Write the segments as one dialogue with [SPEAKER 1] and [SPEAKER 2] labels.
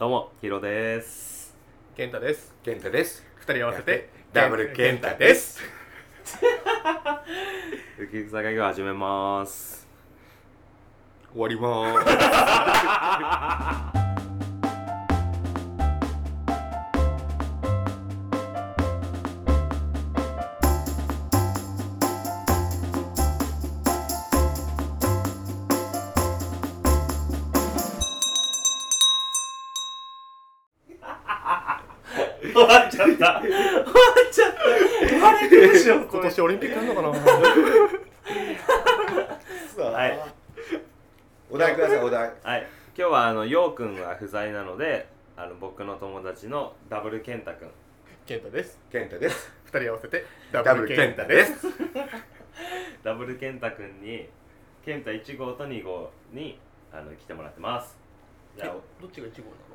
[SPEAKER 1] どうも、ヒロです。
[SPEAKER 2] 健太です
[SPEAKER 3] 健太です。
[SPEAKER 2] 二人合わせて
[SPEAKER 3] ダブル健太です。
[SPEAKER 1] ウキウキ酒が始めます。
[SPEAKER 3] 終わりまー
[SPEAKER 1] 終わっちゃった。終わっちゃった。あれどうしよう。
[SPEAKER 2] 今年オリンピックあんのか な
[SPEAKER 3] す。さあ
[SPEAKER 1] はい
[SPEAKER 3] お題ください、お題。
[SPEAKER 1] はい、今日はあのようくんが不在なので、あの僕の友達のダブル健太くん。
[SPEAKER 2] 健太です
[SPEAKER 3] 健太です。
[SPEAKER 2] 二人合わせて
[SPEAKER 3] ダブル健太です。
[SPEAKER 1] ダブル健太くんに健太1号と2号にあの来てもらってます。じ
[SPEAKER 2] え
[SPEAKER 1] ゃあ
[SPEAKER 2] どっちが一号なの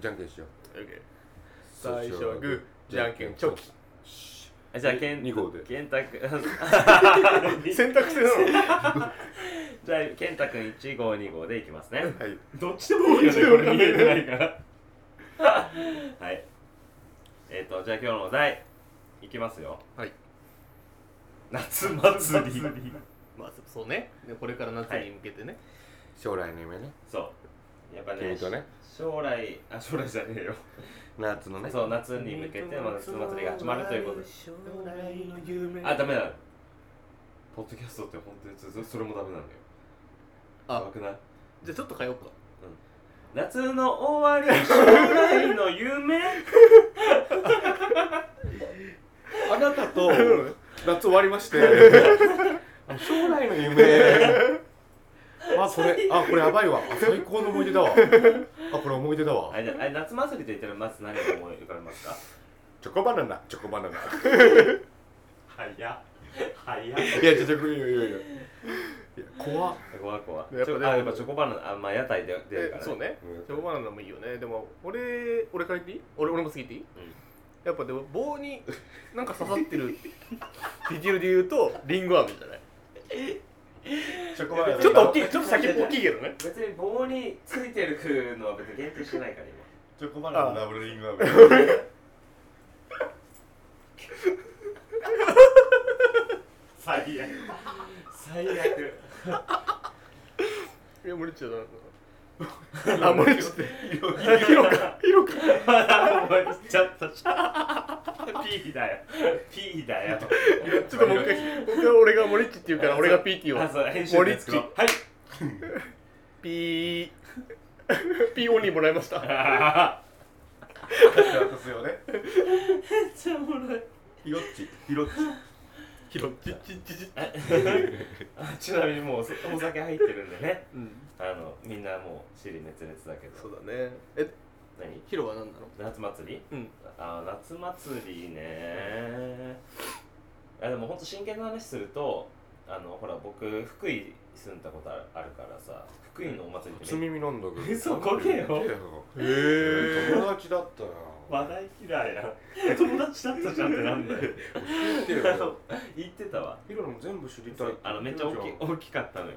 [SPEAKER 3] じゃんけんしよう。
[SPEAKER 2] OK 最初はグーじゃんけんチョキ。
[SPEAKER 1] あじゃあ健
[SPEAKER 3] 二号で
[SPEAKER 1] 健太 くん
[SPEAKER 2] 選択制なの
[SPEAKER 1] じゃあ健太くん1号2号でいきますね。
[SPEAKER 3] はい。
[SPEAKER 1] どっちでもいいよね、これ見えて ないから。 はい。えっ、と、じゃあ今日のお題、いきますよ。
[SPEAKER 2] はい。
[SPEAKER 1] 夏祭り。
[SPEAKER 2] まあそうねでこれから夏に向けてね、
[SPEAKER 3] 将来の夢ね。
[SPEAKER 1] そう。やっぱね、
[SPEAKER 3] 君とね。
[SPEAKER 1] 将来、あ、将来じゃねえよ。
[SPEAKER 3] 夏のね。
[SPEAKER 1] そう、夏に向けて、まあ、夏祭りが始まるということです。あ、ダメだ。ポッドキャストって本当にそそれもダメなんだよ。
[SPEAKER 2] あ
[SPEAKER 1] やばくない
[SPEAKER 2] じゃあちょっと変えようか
[SPEAKER 1] 夏の終わり、将来の夢。
[SPEAKER 3] あなた と
[SPEAKER 2] 夏終わりまして
[SPEAKER 3] 将来の夢。あ、こ
[SPEAKER 1] 最
[SPEAKER 3] れ、あ、これやばいわ。あ最高の思い出だわ。あ、これ思い出だわ
[SPEAKER 1] あ。れじゃあれ夏祭りと言ったらまず何が思い浮かべますか
[SPEAKER 3] チョコバナナ、チョコバナナ。
[SPEAKER 1] 早っ早っ
[SPEAKER 3] いや、ちょ、ちょ、いやいやいや。いや、怖っ。
[SPEAKER 1] 怖い怖い
[SPEAKER 2] やっぱ
[SPEAKER 1] チョ
[SPEAKER 2] で
[SPEAKER 1] コ
[SPEAKER 2] も
[SPEAKER 1] あやっぱチョコバナナあまあ屋台で出るから、
[SPEAKER 2] そうね
[SPEAKER 3] うん
[SPEAKER 2] チョコバナナもいいよねでも俺俺から言っていい俺俺も過ぎていい、
[SPEAKER 1] うん
[SPEAKER 2] やっぱでも棒になんか刺さってるビジュアルで言うとリンゴ飴じゃない
[SPEAKER 3] チョコバナナ。
[SPEAKER 2] ちょっと大きいちょっと先っぽ大きいけどね
[SPEAKER 1] 別に棒についてるのは別に限定してないから
[SPEAKER 3] チョコバナナ、ダブルリングアメ。
[SPEAKER 1] 今最悪最悪
[SPEAKER 2] いや、森ちゃん。あ、森ちゃん。ヒロか、ヒロか。
[SPEAKER 1] まだ終わっちゃったし ピーだよピーだよ
[SPEAKER 2] ちょっともう一回、僕は俺が森っちって言うから、俺がピーティー
[SPEAKER 1] あ
[SPEAKER 2] を。
[SPEAKER 1] そう編集で作ろう
[SPEAKER 2] 森っ
[SPEAKER 1] はい
[SPEAKER 2] ピー。ピーオンリーもらいました。
[SPEAKER 1] あはは
[SPEAKER 3] 渡すよね。
[SPEAKER 1] めっちゃおもろい
[SPEAKER 3] ひろっち、ひろっち。
[SPEAKER 2] ヒロ、ちっちっちっち。
[SPEAKER 1] あちなみにもうお酒お酒入ってるんでね
[SPEAKER 2] うん、
[SPEAKER 1] あのみんなもう尻滅裂だけ
[SPEAKER 2] そう
[SPEAKER 1] ど
[SPEAKER 2] だね。え、
[SPEAKER 1] 何
[SPEAKER 2] ヒロは何なの
[SPEAKER 1] 夏祭り
[SPEAKER 2] うん。
[SPEAKER 1] あー夏祭りねあでも本当真剣な話するとあのほら僕福井住んだことあるあるからさ福井のお祭りって
[SPEAKER 3] 初
[SPEAKER 1] めっ
[SPEAKER 3] 耳なんだけど。
[SPEAKER 1] 嘘こけよ
[SPEAKER 2] へ
[SPEAKER 3] 友
[SPEAKER 2] ぇ
[SPEAKER 3] 達だったよ。
[SPEAKER 1] 話題嫌い やん友達だったじゃんってなんだよ
[SPEAKER 3] 聞 いてよ。
[SPEAKER 1] 言ってたわ
[SPEAKER 3] ヒロも全部知りた
[SPEAKER 1] そ。
[SPEAKER 3] いう
[SPEAKER 1] あのめっちゃ大きい
[SPEAKER 3] うん。
[SPEAKER 1] 大きかったのよ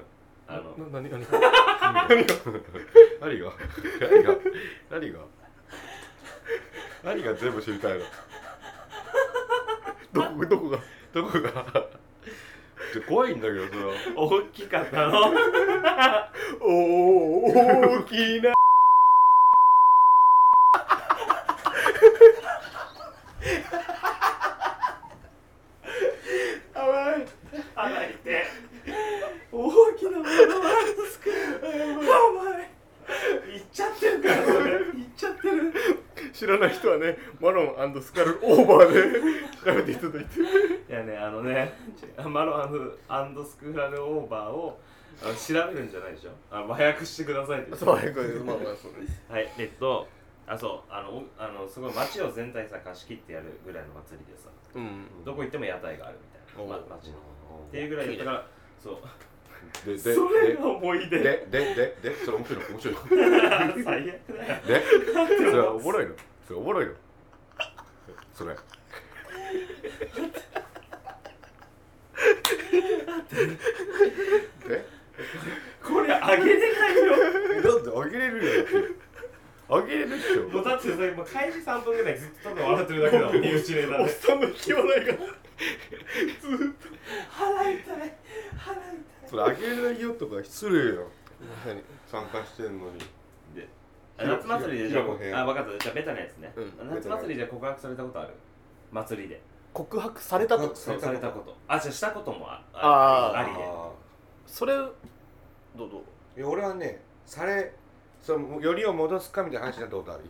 [SPEAKER 1] あの
[SPEAKER 2] な、なに、なに。
[SPEAKER 3] 何が何が何が何が何が全部知りたいの
[SPEAKER 2] どこ、どこが。
[SPEAKER 3] どこがちょ怖いんだけどそれは
[SPEAKER 1] 大きかった の
[SPEAKER 2] おー、大きな。
[SPEAKER 1] 甘い甘いって大きなものは 少ない甘いいっちゃってるからそれいっちゃってる
[SPEAKER 2] 知らない人はね、マロンスカルオーバーで 調べていただいて。
[SPEAKER 1] いやね、あのね、マロンスクラルオーバーをあの調べるんじゃないでしょ。あ和訳してくださいって言って。
[SPEAKER 2] そう、早く、まあまあ、そうです。
[SPEAKER 1] はい、えっと、あ、そう、あの、おあのすごい街を全体さ貸し切ってやるぐらいの祭りでさ、
[SPEAKER 2] うん。
[SPEAKER 1] どこ行っても屋台があるみたいな、ま、街の。っていうぐらいだから、そう。
[SPEAKER 3] でで
[SPEAKER 1] そ
[SPEAKER 3] で
[SPEAKER 1] れが思い出。
[SPEAKER 3] ででででそれ面白いの面白いの
[SPEAKER 1] 最悪だよ。
[SPEAKER 3] でそれはおもろいのそれおもろいのそれで
[SPEAKER 1] これあげれないよ。
[SPEAKER 3] なんであげれるよ
[SPEAKER 4] あげれるっし
[SPEAKER 1] もう
[SPEAKER 4] ょ
[SPEAKER 1] だってさ、今開始3分ぐらいずっとただ笑ってるだけだもん、身内ネタ
[SPEAKER 2] おっ
[SPEAKER 1] で。
[SPEAKER 2] さんの気は ないからずーっ
[SPEAKER 1] 腹痛い、腹痛い。
[SPEAKER 4] それあげれないよとか失礼よ
[SPEAKER 3] 参加してんのに
[SPEAKER 1] で、あ夏祭りでじゃ
[SPEAKER 3] ひろこ編
[SPEAKER 1] あ、あ、分かった、じゃあベタなやつね。
[SPEAKER 2] うん
[SPEAKER 1] 夏祭りじゃ告白されたことある祭りで。
[SPEAKER 2] と告白されたと
[SPEAKER 3] 告白
[SPEAKER 1] そう、されたこと。あ、じゃあしたこともあ
[SPEAKER 2] あー
[SPEAKER 1] ありで。
[SPEAKER 2] それどうぞ
[SPEAKER 3] いや俺はねされそのよりを戻すかみたいな話になったことある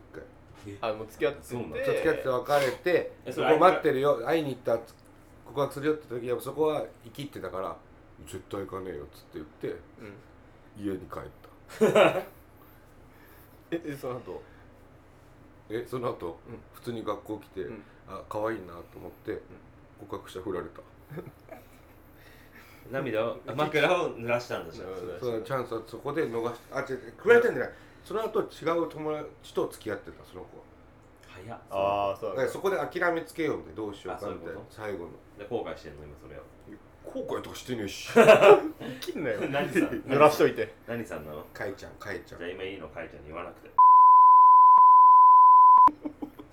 [SPEAKER 3] 一回
[SPEAKER 2] あもう付き合ってて
[SPEAKER 1] そうなんだ
[SPEAKER 3] ちょっと付き合って別れて、
[SPEAKER 1] えそ
[SPEAKER 3] そ
[SPEAKER 1] れ
[SPEAKER 3] こ待ってるよ会いに行った告白するよって時はそこは生きってたから絶対行かねえよっつって言って
[SPEAKER 2] うん
[SPEAKER 3] 家に帰った
[SPEAKER 2] ええその後
[SPEAKER 3] えその後、
[SPEAKER 2] うん
[SPEAKER 3] 普通に学校来て、
[SPEAKER 2] うん
[SPEAKER 3] あ可愛いなと思って、告白したら振られた
[SPEAKER 1] 涙を、あ枕を濡らしたんでしょ。
[SPEAKER 3] そのチャンスはそこで逃してあ違う違う振られたんじゃないその後違う友達と付き合ってたその子は
[SPEAKER 1] 早っ。
[SPEAKER 2] ああそ
[SPEAKER 3] だ
[SPEAKER 2] う
[SPEAKER 3] か
[SPEAKER 2] だ
[SPEAKER 3] らそこで諦めつけようみたいなどうしよ
[SPEAKER 1] あ
[SPEAKER 3] うか
[SPEAKER 1] そういう
[SPEAKER 3] み
[SPEAKER 1] こ
[SPEAKER 3] た
[SPEAKER 1] と
[SPEAKER 3] いな最後の
[SPEAKER 1] で、後悔してんの、今それを。
[SPEAKER 3] 後悔とかしてねえ し
[SPEAKER 2] 切んなよ
[SPEAKER 1] 何さん
[SPEAKER 2] 濡らしといて
[SPEAKER 1] 何さんなの
[SPEAKER 3] かいちゃんかいちゃん
[SPEAKER 1] じゃあ今いいのかいちゃんに言わなくて。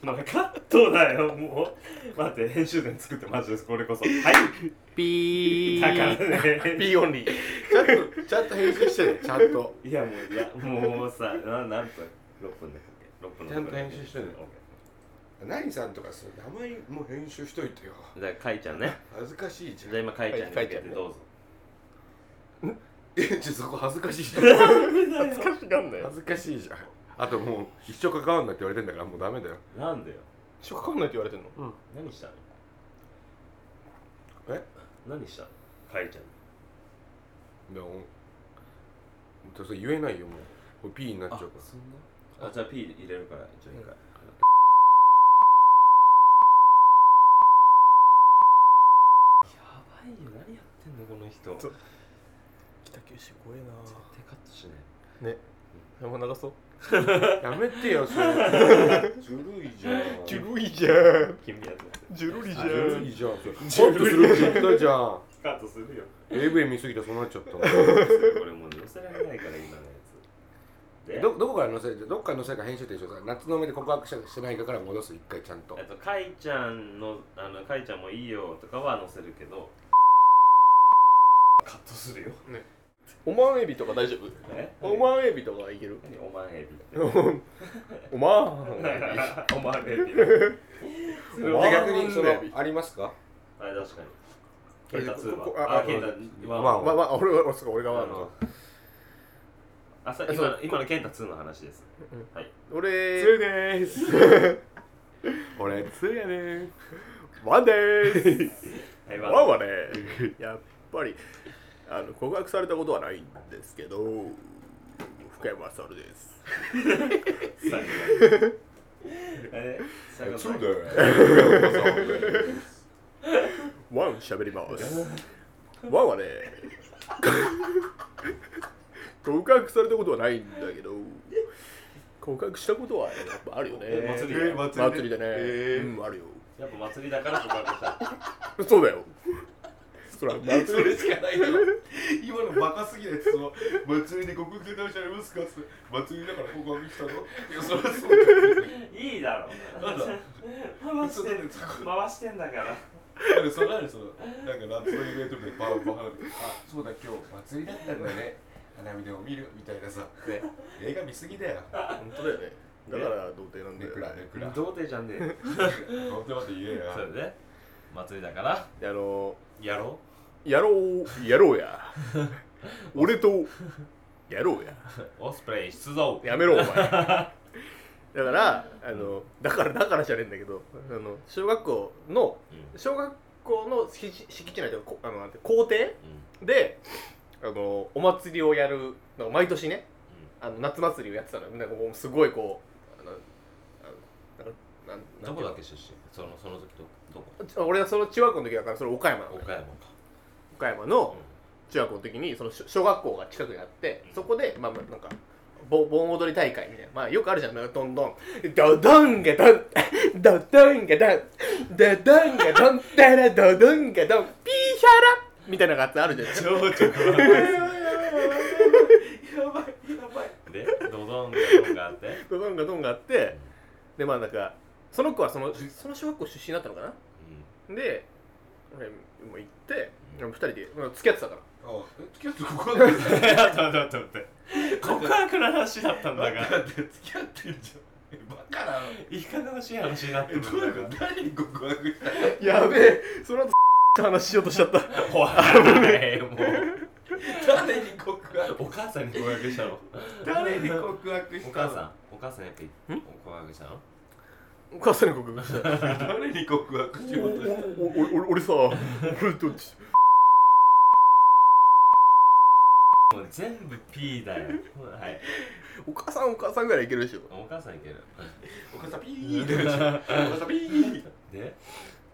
[SPEAKER 1] まあカットだよ、もう。待って、編集点作ってマジです、これこそ。はい、
[SPEAKER 2] ピ
[SPEAKER 1] だから
[SPEAKER 2] ー
[SPEAKER 1] ね。
[SPEAKER 2] ピーオンリー
[SPEAKER 3] ちゃんとちゃんと編集してねちゃんと
[SPEAKER 1] いや、もう、いや、もうさ、な何分 ?6 分だっけ ?6 分
[SPEAKER 3] ちゃんと編集してね
[SPEAKER 1] オッ
[SPEAKER 3] 何さんとかさ名前も編集しといてよ
[SPEAKER 1] ケーだから、かいちゃんね。
[SPEAKER 3] 恥ずかしい
[SPEAKER 1] じ
[SPEAKER 3] じゃ
[SPEAKER 1] ゃあ
[SPEAKER 3] ん
[SPEAKER 1] 今、かいちゃんに
[SPEAKER 2] か
[SPEAKER 1] か
[SPEAKER 2] い
[SPEAKER 1] け
[SPEAKER 2] ちゃん
[SPEAKER 1] て
[SPEAKER 2] ね
[SPEAKER 1] どうぞ。
[SPEAKER 3] えちょそこ恥ずかしいじ ゃん
[SPEAKER 2] 恥ずかしがんなよ
[SPEAKER 3] 恥ずかしいじゃんあともう一生関わんなって言われてんだからもうダメだよ
[SPEAKER 1] なんでよ。
[SPEAKER 2] 一生かかんないって言われてんの
[SPEAKER 1] 何したの
[SPEAKER 3] え
[SPEAKER 1] 何したのかいちゃんに。
[SPEAKER 3] でももうそれ言えないよもうこれ P になっちゃうから
[SPEAKER 1] そんなあ、じゃあ P 入れるから、一応一回。やばいよ、何やってんの、この人。絶
[SPEAKER 2] そう北九州怖えな
[SPEAKER 1] 対カットしない。
[SPEAKER 2] ね山流そう
[SPEAKER 3] やめてよそ れずるいじゃ ん
[SPEAKER 2] ジュルいじゃん
[SPEAKER 1] 君やってます
[SPEAKER 2] ジュルリじゃ
[SPEAKER 3] ずる
[SPEAKER 2] ん
[SPEAKER 3] いじゃんそれカットするって言ったじゃん
[SPEAKER 1] カットするよ。
[SPEAKER 3] AV 見すぎてそうなっちゃった
[SPEAKER 1] これもう載せられないから、今のやつ。 で、
[SPEAKER 3] どどこから載せるどっから載せるか編集でしょ夏の目で告白してないかから戻す一回ちゃんと
[SPEAKER 1] えっと、かいちゃんの、あの、かいちゃんもいいよとかは載せるけど、カットするよ。
[SPEAKER 2] おまんエビとか大丈夫
[SPEAKER 1] え
[SPEAKER 2] おまんエビとかいける
[SPEAKER 1] 何お前エビって。
[SPEAKER 2] おまん
[SPEAKER 1] お前エビ。それ
[SPEAKER 2] お
[SPEAKER 1] を
[SPEAKER 2] 前
[SPEAKER 3] で逆にその
[SPEAKER 2] ワンレビ
[SPEAKER 3] ありますか
[SPEAKER 1] あれ確かに。ケンタ2
[SPEAKER 2] ここ
[SPEAKER 1] は。
[SPEAKER 2] あ
[SPEAKER 1] あ、ケンタ1は。
[SPEAKER 3] ワン
[SPEAKER 2] まあまあ俺は俺そう俺が
[SPEAKER 1] あ
[SPEAKER 2] ワン
[SPEAKER 1] のあさ
[SPEAKER 2] え
[SPEAKER 1] 今
[SPEAKER 2] そ
[SPEAKER 1] の
[SPEAKER 2] う
[SPEAKER 1] 今のケンタ2の話です。はい。
[SPEAKER 2] 俺
[SPEAKER 4] つでーす俺つやねー
[SPEAKER 2] ワンでーす
[SPEAKER 1] はい、
[SPEAKER 2] ワン
[SPEAKER 1] は
[SPEAKER 2] はねやっぱりあの告白されたことはないんですけど深山猿です
[SPEAKER 1] え最後
[SPEAKER 3] そう
[SPEAKER 1] の
[SPEAKER 3] だよ
[SPEAKER 2] ワン喋りますワンはね 告白されたことはないんだけど告白したことはやっぱあるよね
[SPEAKER 1] え祭りだよ
[SPEAKER 2] 祭りでね、
[SPEAKER 3] えー
[SPEAKER 2] うんあるよ
[SPEAKER 1] やっぱ祭りだから告白した。
[SPEAKER 2] そうだよそら祭り
[SPEAKER 3] れしかないよ今のバカすぎるやつの祭りで告白で話ありますかって祭りだから告白したのいやそれはそう
[SPEAKER 1] いいだろ。
[SPEAKER 3] なんだ
[SPEAKER 1] 回してる。回してんだから。
[SPEAKER 3] だからそれなにそのなんかラップのイベントでバーバーあそうだ今日祭りだったんだね花見でも見るみたいなさ、ね、映画見すぎだよ
[SPEAKER 2] 本当だよねだから童貞なんだ
[SPEAKER 3] ネ
[SPEAKER 2] よ
[SPEAKER 3] クラネクラ
[SPEAKER 1] 童貞じゃんねえよ。
[SPEAKER 3] ほんと待って言え
[SPEAKER 1] そ
[SPEAKER 3] よ
[SPEAKER 1] れで、祭りだから、
[SPEAKER 2] であの
[SPEAKER 1] やろ
[SPEAKER 2] やろうやろう や俺とやろうや
[SPEAKER 1] う。オスプレイ出動。
[SPEAKER 2] やめ ろお前だからあのだからだからじゃねえんだけどあの小学校の
[SPEAKER 1] うん
[SPEAKER 2] 小学校の敷地敷地内というかこあのなんて校庭であのお祭りをやるなんか毎年ねあの夏祭りをやってたのよなんかもうすごいこうあのあのなんかなんなん
[SPEAKER 1] うんどこだっけ
[SPEAKER 2] て
[SPEAKER 1] 出身そのその時どどこ
[SPEAKER 2] いうのちょ俺はその中学校の時だからそれ岡山なの
[SPEAKER 1] 岡山か。
[SPEAKER 2] 岡山の
[SPEAKER 1] うん
[SPEAKER 2] 中学校の時にその小小学校が近くにあって
[SPEAKER 1] うん
[SPEAKER 2] そこでまあまあなんかぼ盆踊り大会みたいなまあよくあるじゃんなんかどんどんドドンガドンドドンガドンドドンガドンダラドドンガドンピーヒャラみたいなのがあるじゃん
[SPEAKER 1] 超直
[SPEAKER 2] やばいやばい
[SPEAKER 1] で、ドドンガドンガがあって
[SPEAKER 2] ドドンガドンがあってでまあなんかその子はそのその小学校出身だったのかなで俺も行って
[SPEAKER 1] うん
[SPEAKER 2] 2人でまあ付き合ってたから
[SPEAKER 3] あえ付き合ってここなんだ
[SPEAKER 1] 待って待って待って待って告白の話だったんだが
[SPEAKER 3] って付き合ってんじゃんえバカなの
[SPEAKER 1] いかがわしい話になって
[SPEAKER 3] え
[SPEAKER 1] るん
[SPEAKER 3] どういう
[SPEAKER 1] だ
[SPEAKER 3] こ
[SPEAKER 1] が
[SPEAKER 3] と誰に告白したの
[SPEAKER 2] やべえその後 って話しようとしちゃった
[SPEAKER 1] おいもう
[SPEAKER 3] 誰に告白
[SPEAKER 1] お母さんに告白したの
[SPEAKER 3] 誰に告白した
[SPEAKER 1] お
[SPEAKER 3] の
[SPEAKER 1] 母さんお母さんやっぱり
[SPEAKER 2] ん
[SPEAKER 1] 告白したの
[SPEAKER 2] お母さんに告白した
[SPEAKER 3] 誰に告白しようとしたの
[SPEAKER 2] おお俺俺さ俺どっち
[SPEAKER 1] もう全部 P だよはい
[SPEAKER 2] お母さんお母さんぐらいいけるでしょ
[SPEAKER 1] お母さんいける
[SPEAKER 3] お母さんピーってなっちゃうお母さんピー
[SPEAKER 1] で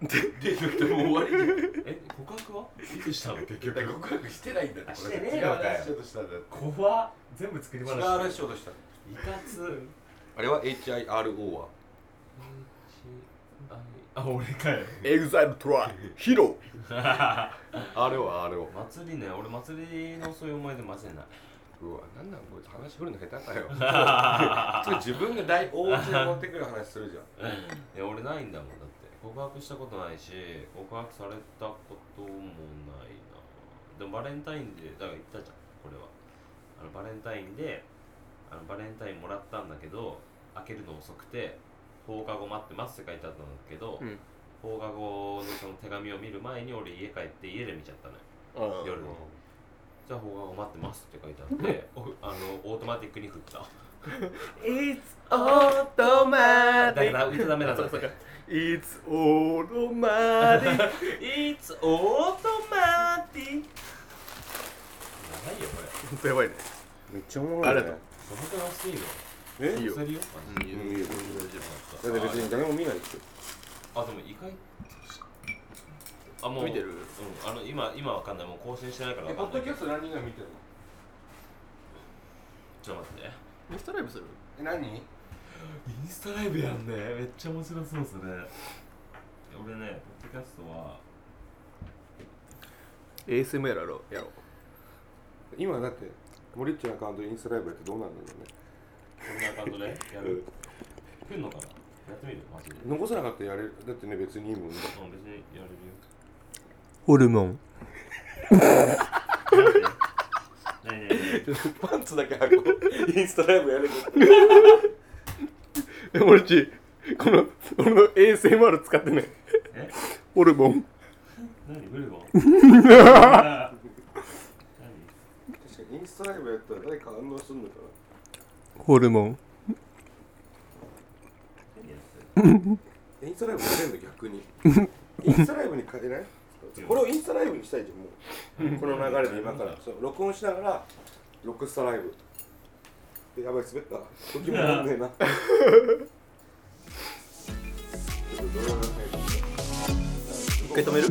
[SPEAKER 3] デートってもう終わりじゃん
[SPEAKER 1] え告白はいつしたの結
[SPEAKER 3] だから告白してないんだって
[SPEAKER 1] あしてねえ
[SPEAKER 3] 違う
[SPEAKER 1] のかよ
[SPEAKER 3] 話しようとしたんだって
[SPEAKER 1] 怖っ全部作り
[SPEAKER 3] 違う
[SPEAKER 1] 話
[SPEAKER 3] 話しようとした
[SPEAKER 1] いかつ
[SPEAKER 4] あれは HIRO は
[SPEAKER 1] あ俺かよ
[SPEAKER 2] エグザイルトライヒロ
[SPEAKER 4] ?RO は RO。
[SPEAKER 1] 祭りね俺祭りのそういう思い出混ぜないう
[SPEAKER 4] わ、なんなんこいつ話振るの下手かよ。普通自分が大
[SPEAKER 3] お家に持ってくる話するじゃん
[SPEAKER 1] いや俺ないんだもんだって告白したことないし告白されたこともないなでもバレンタインでだから言ったじゃんこれはあのバレンタインであのバレンタインもらったんだけど開けるの遅くて放課後待ってますって書いてあったんだけど、
[SPEAKER 2] うん
[SPEAKER 1] 放課後のその手紙を見る前に俺家帰って家で見ちゃったのよ夜にじゃあ放課後待ってますって書いてあっておあのオートマティックに振った
[SPEAKER 2] It's
[SPEAKER 1] だ
[SPEAKER 2] automatic
[SPEAKER 1] から歌ダメなんだって
[SPEAKER 2] It's automatic
[SPEAKER 1] It's automatic 長いよこれ
[SPEAKER 2] やばいね
[SPEAKER 4] めっちゃおもろい、ね。
[SPEAKER 2] ありがと
[SPEAKER 1] 素朴なスピー
[SPEAKER 4] え
[SPEAKER 1] ド
[SPEAKER 2] いいよ
[SPEAKER 1] るよ
[SPEAKER 4] いいよいいよ
[SPEAKER 1] あ
[SPEAKER 4] だって別に誰も見ないですよ。
[SPEAKER 1] あでも意外あもう
[SPEAKER 2] 見てる
[SPEAKER 1] うんあの今今わかんないもう更新してないから
[SPEAKER 3] え
[SPEAKER 1] わ
[SPEAKER 3] ポ
[SPEAKER 1] かんな
[SPEAKER 3] ッド
[SPEAKER 1] いけど
[SPEAKER 3] キャスト何人が見てるの
[SPEAKER 1] ちょっと待って
[SPEAKER 2] ミスターライブする
[SPEAKER 3] え何
[SPEAKER 1] インスタライブやんねめっちゃ面白そうですね俺ねポッドキャストは
[SPEAKER 2] ASMR やろうやろう
[SPEAKER 4] 今だって、森っちのアカウントインスタライブやってどうなるんだろ
[SPEAKER 1] こんなアカウントでや
[SPEAKER 4] うね
[SPEAKER 1] る。来んのかなやってみるマジでうん
[SPEAKER 4] 残さなかったらやれる。だってね、別にいいもんね。
[SPEAKER 1] 別にやれる
[SPEAKER 2] ホルモン
[SPEAKER 1] よねえねえねえ
[SPEAKER 4] パンツだけ履こう。インスタライブやれる。
[SPEAKER 2] えモルチこの俺の ASMR 使ってね
[SPEAKER 1] え
[SPEAKER 2] ホルモン
[SPEAKER 1] 何ブルボン何
[SPEAKER 4] 確かにインスタライブやったら誰か反応するのか
[SPEAKER 2] ホルモン
[SPEAKER 4] な。インスタライブやれんの逆 に。インスタライブに変えないこれをインスタライブにしたいじゃん、もう。この流れで今から。そう録音しながら、ロックスタライブ。でやばい、滑った。時もなんね えな。
[SPEAKER 2] 一回止める